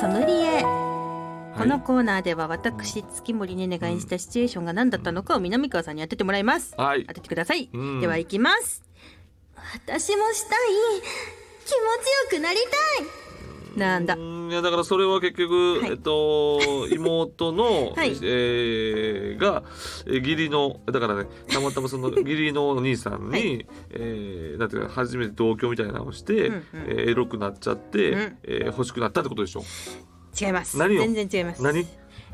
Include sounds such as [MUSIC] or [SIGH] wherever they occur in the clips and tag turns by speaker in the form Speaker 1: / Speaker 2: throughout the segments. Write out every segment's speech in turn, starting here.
Speaker 1: ソムリエ、
Speaker 2: はい
Speaker 1: このコーナーでは私月森ねねが演じたシチュエーションが何だったのかを南川さんに当ててもらいます、
Speaker 2: はい
Speaker 1: 当ててください、
Speaker 2: うん
Speaker 1: ではいきます私もしたい気持ちよくなりたいなんだ
Speaker 2: うんいやだからそれは結局、
Speaker 1: はい
Speaker 2: えっと妹の、
Speaker 1: [LAUGHS] はい
Speaker 2: えーがえー義理のだからねたまたま
Speaker 1: [LAUGHS]
Speaker 2: その義理のお兄さんに、
Speaker 1: は
Speaker 2: えーなんていうか初めて同居みたいなのをして、
Speaker 1: うんうん
Speaker 2: えーエロくなっちゃって、
Speaker 1: うん
Speaker 2: えー欲しくなったってことでしょ
Speaker 1: 違います
Speaker 2: 何を
Speaker 1: 全然違います
Speaker 2: 何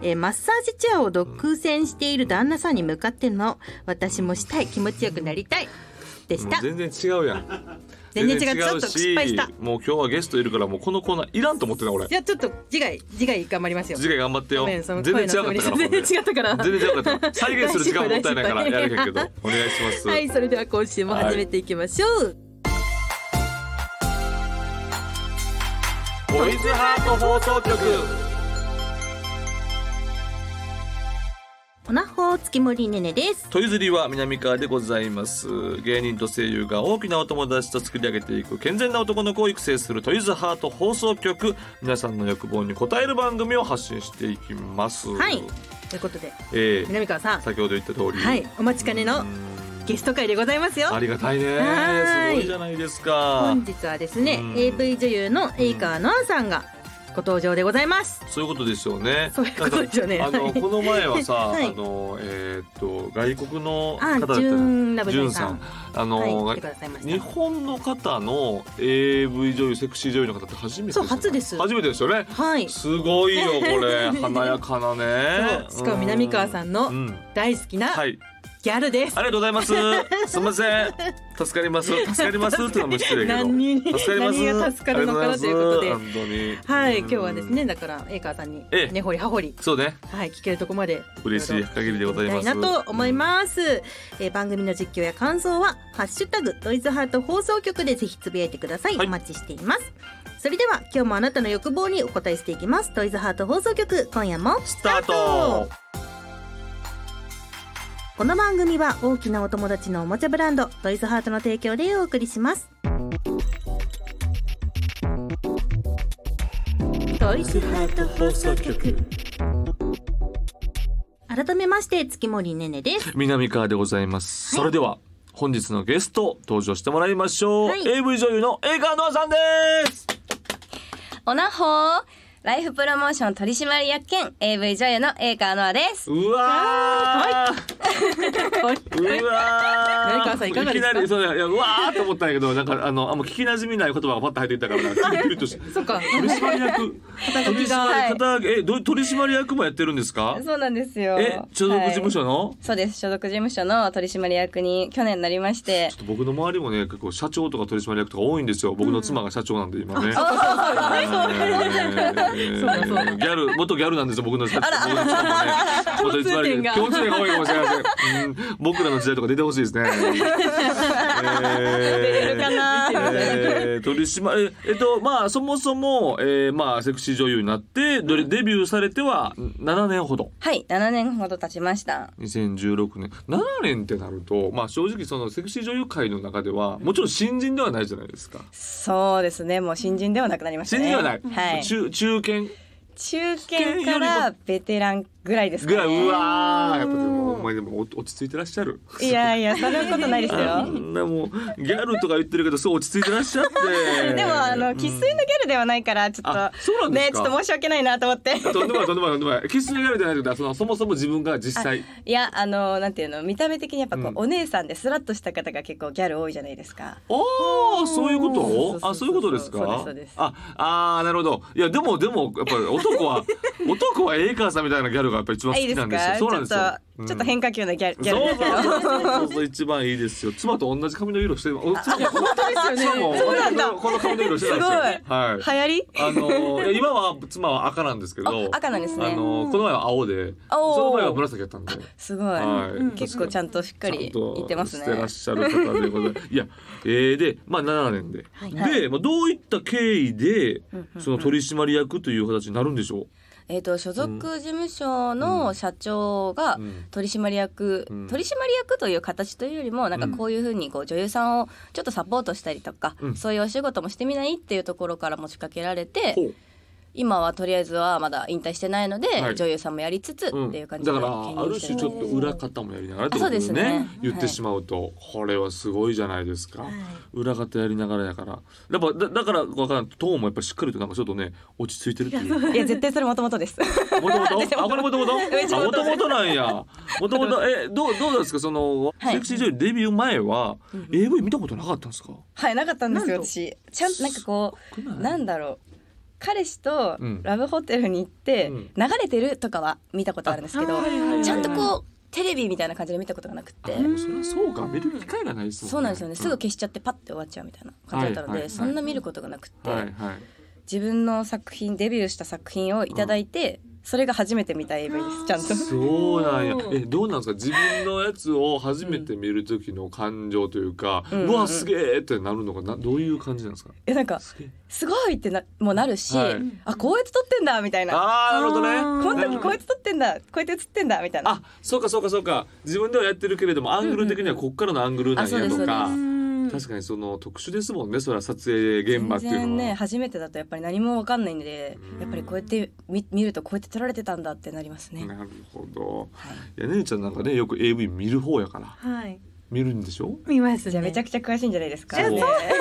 Speaker 1: えーマッサージチェアを独占している旦那さんに向かっての私もしたい気持ちよくなりたいでし
Speaker 2: もう
Speaker 1: た
Speaker 2: 全然違うやん
Speaker 1: 全然違うちょっと失敗した
Speaker 2: もう今日はゲストいるからもうこのコーナーいらんと思ってた俺
Speaker 1: じゃあちょっと次回次回頑張りますよ
Speaker 2: 次回頑張ってよ
Speaker 1: ごめ
Speaker 2: 全
Speaker 1: んそ
Speaker 2: 然
Speaker 1: の
Speaker 2: 違
Speaker 1: 声
Speaker 2: か
Speaker 1: の
Speaker 2: ったから
Speaker 1: 全然違ったから
Speaker 2: 全然違うかった再現する時間もったいないから
Speaker 1: [LAUGHS] 大失敗
Speaker 2: やるけどお願いします、
Speaker 1: はい、それでは今週も始めていきましょう。
Speaker 2: トイズハート放送局
Speaker 1: おなほ月森ねねです。
Speaker 2: トイズリは南川でございます芸人と声優が大きなお友達と作り上げていく健全な男の子を育成するトイズハート放送局皆さんの欲望に応える番組を発信していきます
Speaker 1: はいということで、
Speaker 2: えー
Speaker 1: 南川さん、
Speaker 2: 先ほど言った通り
Speaker 1: はい、お待ちかね
Speaker 2: う
Speaker 1: の
Speaker 2: ん
Speaker 1: ゲスト会でございますよ
Speaker 2: あ。りがたいね
Speaker 1: はーい
Speaker 2: すごいじゃないですか
Speaker 1: 本日はですね
Speaker 2: う、ん
Speaker 1: AV 女優のエイカーノアさんがご登場でございます。
Speaker 2: そういうことですよね。
Speaker 1: そういうことですよね
Speaker 2: なんかあ
Speaker 1: は
Speaker 2: の
Speaker 1: い
Speaker 2: この前はさ、
Speaker 1: はい
Speaker 2: あのえーっと外国の
Speaker 1: あ
Speaker 2: 方だった
Speaker 1: ジュ
Speaker 2: ね。
Speaker 1: ンラブジュンさん
Speaker 2: ジあの、
Speaker 1: はい、来てくださいま
Speaker 2: 日
Speaker 1: した。
Speaker 2: 本の方の AV 女優セクシー女優の方って初めて
Speaker 1: そう初です
Speaker 2: 初めてですよね
Speaker 1: はい。そ
Speaker 2: すごいよこれ華やかなね
Speaker 1: うしかも南川さん
Speaker 2: う
Speaker 1: の
Speaker 2: ん、うん
Speaker 1: 大好きな
Speaker 2: はい
Speaker 1: ギャルです
Speaker 2: あ。りがとうございますすみません助かります助かりますってのも失礼だけど
Speaker 1: 何に
Speaker 2: 助かります
Speaker 1: 何が助かるのかなということで
Speaker 2: ありがございます本当に
Speaker 1: はい、
Speaker 2: うん
Speaker 1: 今日はですね、だからエイカーさんに
Speaker 2: ええ
Speaker 1: 根掘り葉掘り
Speaker 2: そうね
Speaker 1: はい、聞けるとこまで
Speaker 2: 嬉しい限りでございます
Speaker 1: なと思います、えー番組の実況や感想はハッシュタグトイズハート放送局でぜひつぶやいてください、
Speaker 2: はい
Speaker 1: お待ちしていますそれでは今日もあなたの欲望にお答えしていきますトイズハート放送局今夜も
Speaker 2: スタート
Speaker 1: この番組は大きなお友達のおもちゃブランドトイズハートの提供でお送りしますトイズハート放送局改めまして月森ねね
Speaker 2: [LAUGHS]
Speaker 1: です
Speaker 2: 南川でございます、それでは本日のゲスト登場してもらいましょう、
Speaker 1: はい
Speaker 2: AV 女優の江川ノアさんです
Speaker 3: おなほーライフプロモーション取締役兼 AV 女優のエイカーノアです。
Speaker 2: うわ
Speaker 1: は
Speaker 2: ーうわー
Speaker 1: 南川さんいかがですか
Speaker 2: きなりそうだいやうわーと思ったんやけどなんかあのあんま聞き馴染みない言葉がパッと入っていっ
Speaker 1: [LAUGHS]
Speaker 2: たからちょっとピリッとして
Speaker 1: そう [LAUGHS] か
Speaker 2: 取締役取締役方えど取締役もやってるんですか
Speaker 3: そうなんですよ。
Speaker 2: え所属事務
Speaker 3: はい
Speaker 2: 所の、
Speaker 3: そうです。所属事務所の取締役に去年なりまして
Speaker 2: ちょっ。と僕の周りもね結構社長とか取締役とか多いんですよ僕の妻が社長なんで今ね、えー
Speaker 1: そうだそうだ
Speaker 2: ギャル元ギャルなんですよ僕の社長僕の妻も
Speaker 1: 共通点
Speaker 2: ね元取締役
Speaker 1: が
Speaker 2: 共通点が多いかもしれません、うん、僕らの時代とか出てほしいですね、えーえー取締ええっとまあそもそも、えーまあセクシー女優になってどれデビューされては7年ほど
Speaker 3: はい、7年ほど経ちました。
Speaker 2: 2016年7年ってなると、まあ、正直そのセクシー女優界の中ではもちろん新人ではないじゃないですか
Speaker 3: そうですね。もう新人ではなくなりました
Speaker 2: 新
Speaker 3: ね。
Speaker 2: 人ではない、
Speaker 3: はい。
Speaker 2: 中
Speaker 3: 中
Speaker 2: 中堅
Speaker 3: 堅からベテランぐらいですか
Speaker 2: ぐら
Speaker 3: ね。
Speaker 2: いうわーやっぱでもお前でもお落ち着いてらっしゃる
Speaker 3: いやいや、そんなことないです
Speaker 2: あ
Speaker 3: よ。
Speaker 2: んなもうギャルとか言ってるけどそう落ち着いてらっしゃって
Speaker 3: でも、あの、生粋のギャルではないから、ちょっ
Speaker 2: あ
Speaker 3: と。
Speaker 2: そうなんです
Speaker 3: ね、ち
Speaker 2: か
Speaker 3: ょっと申し訳ないなと思って。
Speaker 2: とんでもないとんでもないとんでもないキスのギャルじゃないけどそのそもそも自分が実際
Speaker 3: いやあのなんていうの見た目的にやっぱこう、
Speaker 2: うん
Speaker 3: お姉さんでスラッとした方が結構ギャル多いじゃないですか。
Speaker 2: ああそういうこ
Speaker 3: そうそ
Speaker 2: と
Speaker 3: うそうそう
Speaker 2: あそういうことですか
Speaker 3: そうですそうです
Speaker 2: ああーなるほどいやでもでもやっぱり男
Speaker 3: [LAUGHS]
Speaker 2: は男はエイカーさんみたいなギャルがやっぱり一番好
Speaker 3: いいで
Speaker 2: きな
Speaker 3: す
Speaker 2: んですよ
Speaker 3: か。
Speaker 2: そうなんですよ
Speaker 3: ちょっと、ちょっと変化球のギャルギャルですけど。
Speaker 2: そうそうそうそうそう一番いいですよ妻と同じ髪の色してるお妻も
Speaker 3: 本
Speaker 2: [LAUGHS]
Speaker 3: 当です
Speaker 2: 妻も
Speaker 3: そうなんだ。
Speaker 2: このこの髪の色してたんですよ
Speaker 3: す
Speaker 2: はい
Speaker 3: 流行り？
Speaker 2: あのーいや今は妻は赤なんですけど
Speaker 3: あ赤なんですね
Speaker 2: あのーこの前は青で
Speaker 3: おー
Speaker 2: その前は紫だったんで。
Speaker 3: すごい。
Speaker 2: はい
Speaker 3: 結構ちゃんとしっかりいってますね
Speaker 2: ちゃん。としてらっしゃる方でございます。いや、えー、で、まあ7年で。
Speaker 1: はい
Speaker 2: で、まあ、どういった経緯で
Speaker 3: うんうんう、ん
Speaker 2: その取締役という形になるんでしょ
Speaker 3: えっ、と所属事務所の社長が
Speaker 2: うん
Speaker 3: 取締役、
Speaker 2: うん
Speaker 3: 取締役という形というよりもなんか
Speaker 2: うん
Speaker 3: こういうふうにこう女優さんをちょっとサポートしたりとか、
Speaker 2: うん
Speaker 3: そういうお仕事もしてみないっていうところから持ちかけられて、
Speaker 2: う。ほう
Speaker 3: 今はとりあえずはまだ引退してないので、
Speaker 2: はい
Speaker 3: 女優さんもやりつつ、
Speaker 2: うん
Speaker 3: っていう感じ
Speaker 2: だ
Speaker 3: で
Speaker 2: から
Speaker 3: 兼
Speaker 2: あ
Speaker 3: 任
Speaker 2: る
Speaker 3: して
Speaker 2: 種ちょっと裏方もやりながらってことで
Speaker 3: あ
Speaker 2: す
Speaker 3: そう
Speaker 2: ね
Speaker 3: ですね
Speaker 2: 言ってしまうとこれはすごいじゃないですか、
Speaker 1: はい
Speaker 2: 裏方やりながらやからやっぱだだからわからんトーンもやっぱしっかりとなんかちょっとね落ち着いてるっていう
Speaker 3: いや絶対それもともとです
Speaker 2: もともとあこれもともと
Speaker 3: [LAUGHS]
Speaker 2: あもともとなんやもともとえどうどうなんですかその、
Speaker 3: はい
Speaker 2: セクシー女優デビュー前は AV 見たことなかったんですか
Speaker 3: [LAUGHS] はいなかったんですよ
Speaker 1: なんと
Speaker 3: 私ちゃんとなんかこ
Speaker 2: 少な
Speaker 3: う
Speaker 2: い
Speaker 3: なんだろう彼氏と
Speaker 2: うん
Speaker 3: ラブホテルに行って、
Speaker 2: うん
Speaker 3: 流れてるとかは見たことあるんですけど、
Speaker 1: あはいはいはい
Speaker 3: ちゃんとこうテレビみたいな感じで見たことがなくて
Speaker 2: あもうそりゃそうか見る機会がないですもんね
Speaker 3: そうなんですよねすぐ消しちゃってパッて終わっちゃうみたいな感じだったので、
Speaker 2: はいはい
Speaker 3: そんな見ることがなくて、
Speaker 2: はいは
Speaker 3: [LAUGHS]
Speaker 2: い
Speaker 3: 自分の作品デビューした作品をいただいて、それが初めて見た AV ですちゃん [LAUGHS] と。
Speaker 2: そうなんや。え、どうなんですか。自分のやつを初めて見る時の感情というか、う
Speaker 3: うん
Speaker 2: わすげえってなるのがなどういう感じなんですか。
Speaker 3: えなんか
Speaker 2: すげえ。
Speaker 3: すごいってなもうなるし、
Speaker 2: はい
Speaker 3: あこうやって撮ってんだみたいな
Speaker 2: ああなるほど
Speaker 1: あー
Speaker 2: ね。
Speaker 3: この時こうやって撮ってんだこうやって映ってんだみたいな
Speaker 2: あ、そうかそうかそうか。自分ではやってるけれどもアングル的にはこっからのアングルなん
Speaker 3: あそう
Speaker 2: や
Speaker 3: です
Speaker 2: とか
Speaker 3: そう。
Speaker 2: 確かにその特殊ですもんね。それは撮影現場
Speaker 3: 全
Speaker 2: っていう
Speaker 3: 然
Speaker 2: の
Speaker 3: ね
Speaker 2: は。
Speaker 3: 初めてだとやっぱり何もわかんないんで
Speaker 2: うん
Speaker 3: やっぱりこうやって見見るとこうやって撮られてたんだってなりますね。
Speaker 2: なるほど。
Speaker 3: はい
Speaker 2: いやねえちゃんなんかねよく AV 見る方やから
Speaker 1: はい
Speaker 2: 見るんでしょ。
Speaker 1: 見ます
Speaker 3: じゃあ
Speaker 1: ね
Speaker 3: めちゃくちゃ詳しいんじゃないですか。
Speaker 2: いや [LAUGHS] そう
Speaker 3: ね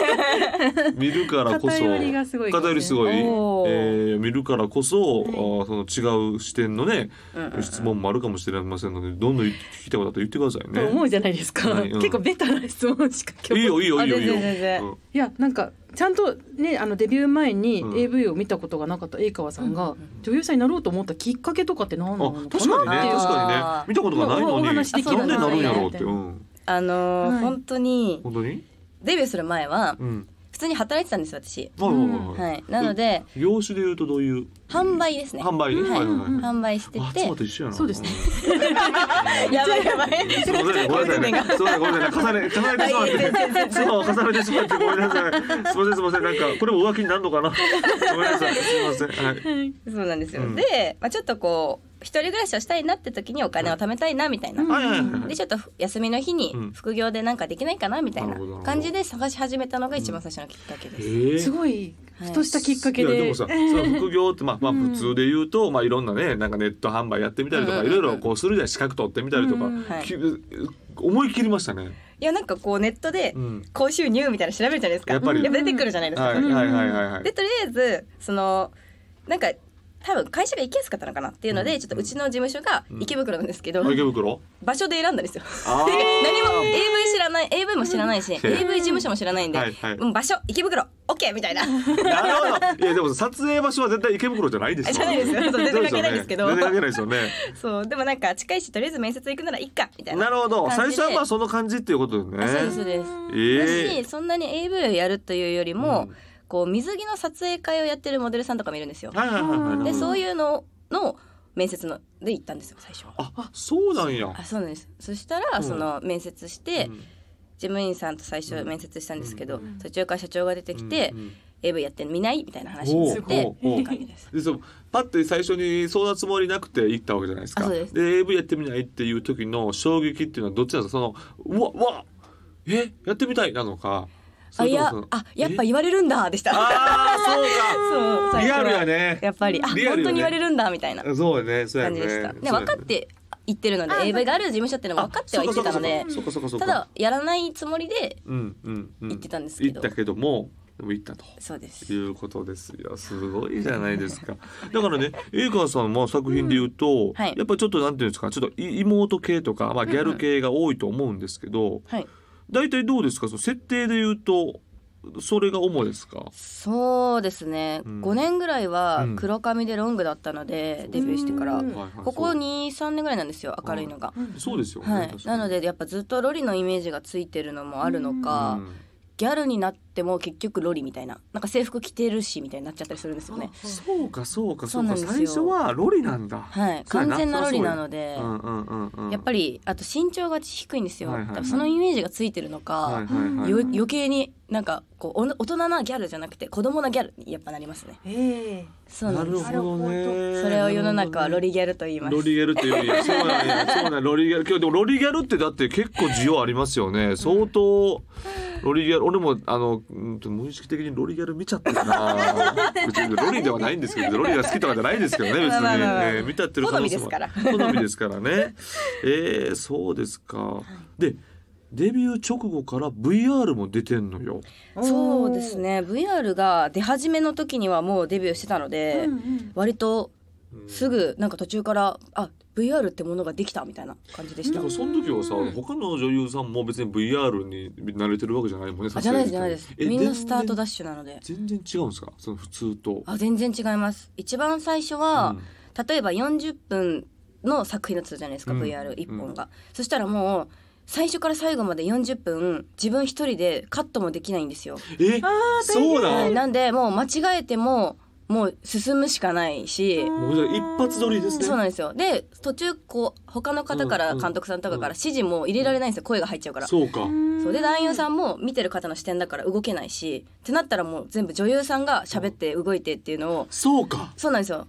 Speaker 2: 見るからこそ
Speaker 1: 偏りがすごい
Speaker 2: 偏りすごい、え
Speaker 3: おー
Speaker 2: ー見るからこそ、あーその違う視点のね、
Speaker 3: うんうんうん
Speaker 2: 質問もあるかもしれませんのでどんどん聞きたいことあったら言ってください
Speaker 1: と思
Speaker 2: ね。
Speaker 1: うじゃないですか、
Speaker 2: はいうん
Speaker 1: 結構ベタな質問しか今
Speaker 2: い
Speaker 1: 日
Speaker 2: いよいいよいいよいいよ。
Speaker 3: あ全然全然
Speaker 2: うん
Speaker 1: いやなんかちゃんとねあのデビュー前に
Speaker 2: うん
Speaker 1: AV を見たことがなかった江川さんが女優さんになろうと思ったきっかけとかって何な
Speaker 2: あ
Speaker 1: のかな
Speaker 2: 確かにね
Speaker 1: っていう
Speaker 2: 確か
Speaker 3: あ
Speaker 2: にね
Speaker 3: ー
Speaker 2: 見たことがないの
Speaker 1: お
Speaker 2: になん
Speaker 1: 話
Speaker 2: で
Speaker 1: で
Speaker 3: きた
Speaker 2: な
Speaker 3: ら
Speaker 2: んでなるんやろうっ
Speaker 1: みた
Speaker 2: て、
Speaker 1: いな
Speaker 2: うん、
Speaker 3: あのー
Speaker 1: はい
Speaker 3: 本当に
Speaker 2: 本当に、
Speaker 3: デビューする前は
Speaker 2: うん、
Speaker 3: 普通に働いてたんです私。
Speaker 2: はいはいはい、
Speaker 3: はい、なので
Speaker 2: 業種で言うとどういう
Speaker 3: 販売ですね。
Speaker 2: 販売、
Speaker 3: はい
Speaker 2: はいはいはい。
Speaker 3: 販売して
Speaker 2: あ
Speaker 3: て
Speaker 2: 妻。と一緒やな。
Speaker 1: そうですね
Speaker 3: [LAUGHS] やばいやばい。
Speaker 2: すみません、ごめんな
Speaker 1: [LAUGHS]
Speaker 2: さいね。すみません、ごめんなさいね。重ね、重ねてしまって。妻を重ねてしまって、ごめんなさい。すみません、すみません、なんか、これも浮気になるのかな。ごめんなさい、すみません。はい。
Speaker 3: そうなんですよ。
Speaker 2: うん
Speaker 3: で、まあ、ちょっとこう一人暮らしをしたいなって時にお金を貯めたいなみたいな。
Speaker 1: うん
Speaker 2: はい、はい、はい。
Speaker 3: でちょっと休みの日に
Speaker 2: うん
Speaker 3: 副業でなんかできないかなみたい
Speaker 2: な
Speaker 3: な
Speaker 2: るほどなるほど
Speaker 3: 感じで探し始めたのが一番最初のきっかけです。
Speaker 2: ええ
Speaker 1: すごいふとしたきっか
Speaker 2: い
Speaker 1: け
Speaker 2: や
Speaker 1: で,、
Speaker 2: でもさ、その副業ってまあまあ
Speaker 1: うん
Speaker 2: 普通で言うと、まあいろんなねなんかネット販売やってみたりとか、
Speaker 3: うん
Speaker 2: いろいろこうするじゃない資格取ってみたりとか、
Speaker 1: うん
Speaker 3: はい
Speaker 2: き思い切りましたね。
Speaker 3: いやなんかこうネットで
Speaker 2: うん。
Speaker 3: 高収入みたいなの調べるじゃないですか。
Speaker 2: やっぱり
Speaker 3: 出てくるじゃないですか。
Speaker 2: はいはいはいはいはい。
Speaker 3: でとりあえずそのなんか多分会社が行きやすかったのかなっていうので、
Speaker 2: うん
Speaker 3: ちょっとうちの事務所が
Speaker 2: うん
Speaker 3: 池袋なんですけど、
Speaker 2: あ池袋？
Speaker 3: 場所で選んだんですよ。
Speaker 2: ああ。
Speaker 3: 何も AV 知らない AV も知らないし AV 事務所も知らないんで、
Speaker 2: はいはい
Speaker 3: うん場所池袋 OK みたいな。
Speaker 2: なるほど。いやでも撮影場所は絶対池袋じゃないでしょ。
Speaker 3: じゃないですよそう全然関係ないですけ
Speaker 2: そ
Speaker 3: ど
Speaker 2: うよね全然関係ないですよ
Speaker 3: [LAUGHS]
Speaker 2: ね。
Speaker 3: そうでもなんか近いしとりあえず面接行くならいっかみたいな。
Speaker 2: なるほど。
Speaker 3: 感
Speaker 2: 最
Speaker 3: じで
Speaker 2: 初はまあその感じっていうことでね。
Speaker 3: あそうですそうです。
Speaker 2: ええ
Speaker 3: だしそんなに AV をやるというよりも、
Speaker 2: うん
Speaker 3: こう水着の撮影会をやってるモデルさんとかもいるんですよ。
Speaker 2: はいはいはいはい。
Speaker 3: でそう
Speaker 2: いう。
Speaker 3: いうのの面接ので行ったんですよ最初は。
Speaker 2: あそうなんや。
Speaker 3: あそうなんですそした
Speaker 2: う
Speaker 3: ら
Speaker 2: ん
Speaker 3: その面接して、
Speaker 2: うん
Speaker 3: 事務員さんと最初面接したんですけ
Speaker 2: う
Speaker 3: ど、
Speaker 2: ん
Speaker 3: 途中から社長が出てきて、
Speaker 2: うんうん
Speaker 3: AV やってみないみたいな話になっ
Speaker 2: おう
Speaker 3: て
Speaker 2: おうおう
Speaker 3: って感じです。
Speaker 2: でそのパッて最初にそんなつもりなくて行ったわけじゃないですか
Speaker 3: あそうです
Speaker 2: で AV やってみないっていう時の衝撃っていうのはどっちなんですかそのうわうわえやってみたいなのかそ
Speaker 3: あ
Speaker 2: れ
Speaker 3: い
Speaker 2: とも
Speaker 3: や
Speaker 2: その
Speaker 3: あやっぱ
Speaker 2: え
Speaker 3: 言われるんだでした。
Speaker 2: あー
Speaker 3: [LAUGHS] そう
Speaker 2: そうか
Speaker 3: 最
Speaker 2: リ
Speaker 3: 初
Speaker 2: ア
Speaker 3: は
Speaker 2: ルやね
Speaker 3: やっぱりあ、
Speaker 2: リアルよ
Speaker 3: 本
Speaker 2: ね
Speaker 3: 当に言われるんだみたいな
Speaker 2: そうやねそうや
Speaker 3: 感
Speaker 2: ね
Speaker 3: じでした。
Speaker 2: そう
Speaker 3: で
Speaker 2: やね
Speaker 3: 分かって言ってるので
Speaker 1: あ
Speaker 3: AV がある事務所っていうのも分かってはいてたので
Speaker 2: あそうかそうかそうかそうかそうか
Speaker 3: ただやらないつもりで
Speaker 2: うんうんうん
Speaker 3: 行ってたんですけど
Speaker 2: 行ったけどもでも行ったと
Speaker 3: そうです
Speaker 2: い。うことですよすごいじゃないですか [LAUGHS] だからね江川さんも作品で言うと、
Speaker 3: はい
Speaker 2: やっぱちょっとなんていうんですかちょっとい妹系とか、まあ、ギャル系が多いと思うんですけど
Speaker 3: はい
Speaker 2: 大体、どうですかその設定で言うとそれが主ですか
Speaker 3: そうですね、
Speaker 2: うん
Speaker 3: 5年ぐらいは
Speaker 2: うん
Speaker 3: 黒髪でロングだったので、デビューしてから、
Speaker 1: うん
Speaker 3: ここ23年ぐらいなんですよ明るいのが。
Speaker 2: そうですよね、
Speaker 3: はい
Speaker 2: 確、か
Speaker 3: な
Speaker 2: に
Speaker 3: のでやっぱずっとロリのイメージがついてるのもあるのか、
Speaker 2: うん
Speaker 3: ギャルになっても結局ロリみたいななんか制服着てるしみたいになっちゃったりするんですよね。
Speaker 2: そうかそうか
Speaker 3: そ
Speaker 2: そう
Speaker 3: う
Speaker 2: か
Speaker 3: なんです
Speaker 2: 最
Speaker 3: よ
Speaker 2: 初はロリなんだ、
Speaker 3: はい、
Speaker 2: そうや
Speaker 3: 完全なロリなので、
Speaker 2: うんうんうんうん、
Speaker 3: やっぱりあと身長が低いんですよ、
Speaker 2: はいはいはい
Speaker 3: 多分そのイメージがついてるのか、
Speaker 2: はいはいはい
Speaker 3: よ余計になんかこうお大人なギャルじゃなくて子供なギャルにやっぱなりますね
Speaker 1: ええ
Speaker 3: そうなんです
Speaker 2: なるほどね
Speaker 3: それを世の中はロリギャルと言います
Speaker 2: ロリギャルっていう
Speaker 3: [LAUGHS]
Speaker 2: よりそうなんやそうなんやロリギャル今日でもロリギャルってだって結構需要ありますよね相当ロリギャル俺もあのの、うんと、無意識的にロリギャル見ちゃってる
Speaker 3: [LAUGHS]
Speaker 2: な。別にロリではないんですけど、ロリが好きとかじゃないですけどね、別
Speaker 3: まあ
Speaker 2: に。
Speaker 3: まあまあまあ
Speaker 2: ね見たってる可能性も
Speaker 3: 好みです
Speaker 2: から。好みですからね。えー、そうですか。で、デビュー直後から VR も出てんのよ。
Speaker 3: [LAUGHS] そうですね VR が出始めの時にはもうデビューしてたの
Speaker 1: おー。
Speaker 3: で、
Speaker 1: うんうん
Speaker 3: 割とすぐなんか途中からあ VR ってものができたみたいな感じでし
Speaker 2: だ
Speaker 3: た、
Speaker 2: からその時はさ、他の女優さんも別に VR に慣れてるわけじゃないもんね。
Speaker 3: あじゃないですじゃないです
Speaker 2: え
Speaker 3: みんなスタート
Speaker 2: 全
Speaker 3: ダッシュなので
Speaker 2: 然全然違うんですかその普通と。
Speaker 3: あ全然違います一番最初は、例えば40分の作品だったじゃないですか、
Speaker 2: うん
Speaker 3: VR1 本が、そしたらもう最初から最後まで40分自分一人でカットもできないんですよ、
Speaker 2: うんえ、そう
Speaker 3: は
Speaker 2: ないん
Speaker 3: なんでもう間違えてももう進むしかないし、
Speaker 2: もうじゃあ一発撮りですね。
Speaker 3: そうなんですよで途中こう他の方か
Speaker 2: う
Speaker 3: ら
Speaker 2: んうん
Speaker 3: 監督さんとかから指示も入れられないんですよ声が入っちゃうから
Speaker 2: そうか。
Speaker 3: そうで男優さ
Speaker 1: ん。
Speaker 3: んも見てる方の視点だから動けないしってなったらもう全部女優さんが喋って動いてっていうのを
Speaker 2: そうか。
Speaker 3: そうなんですよ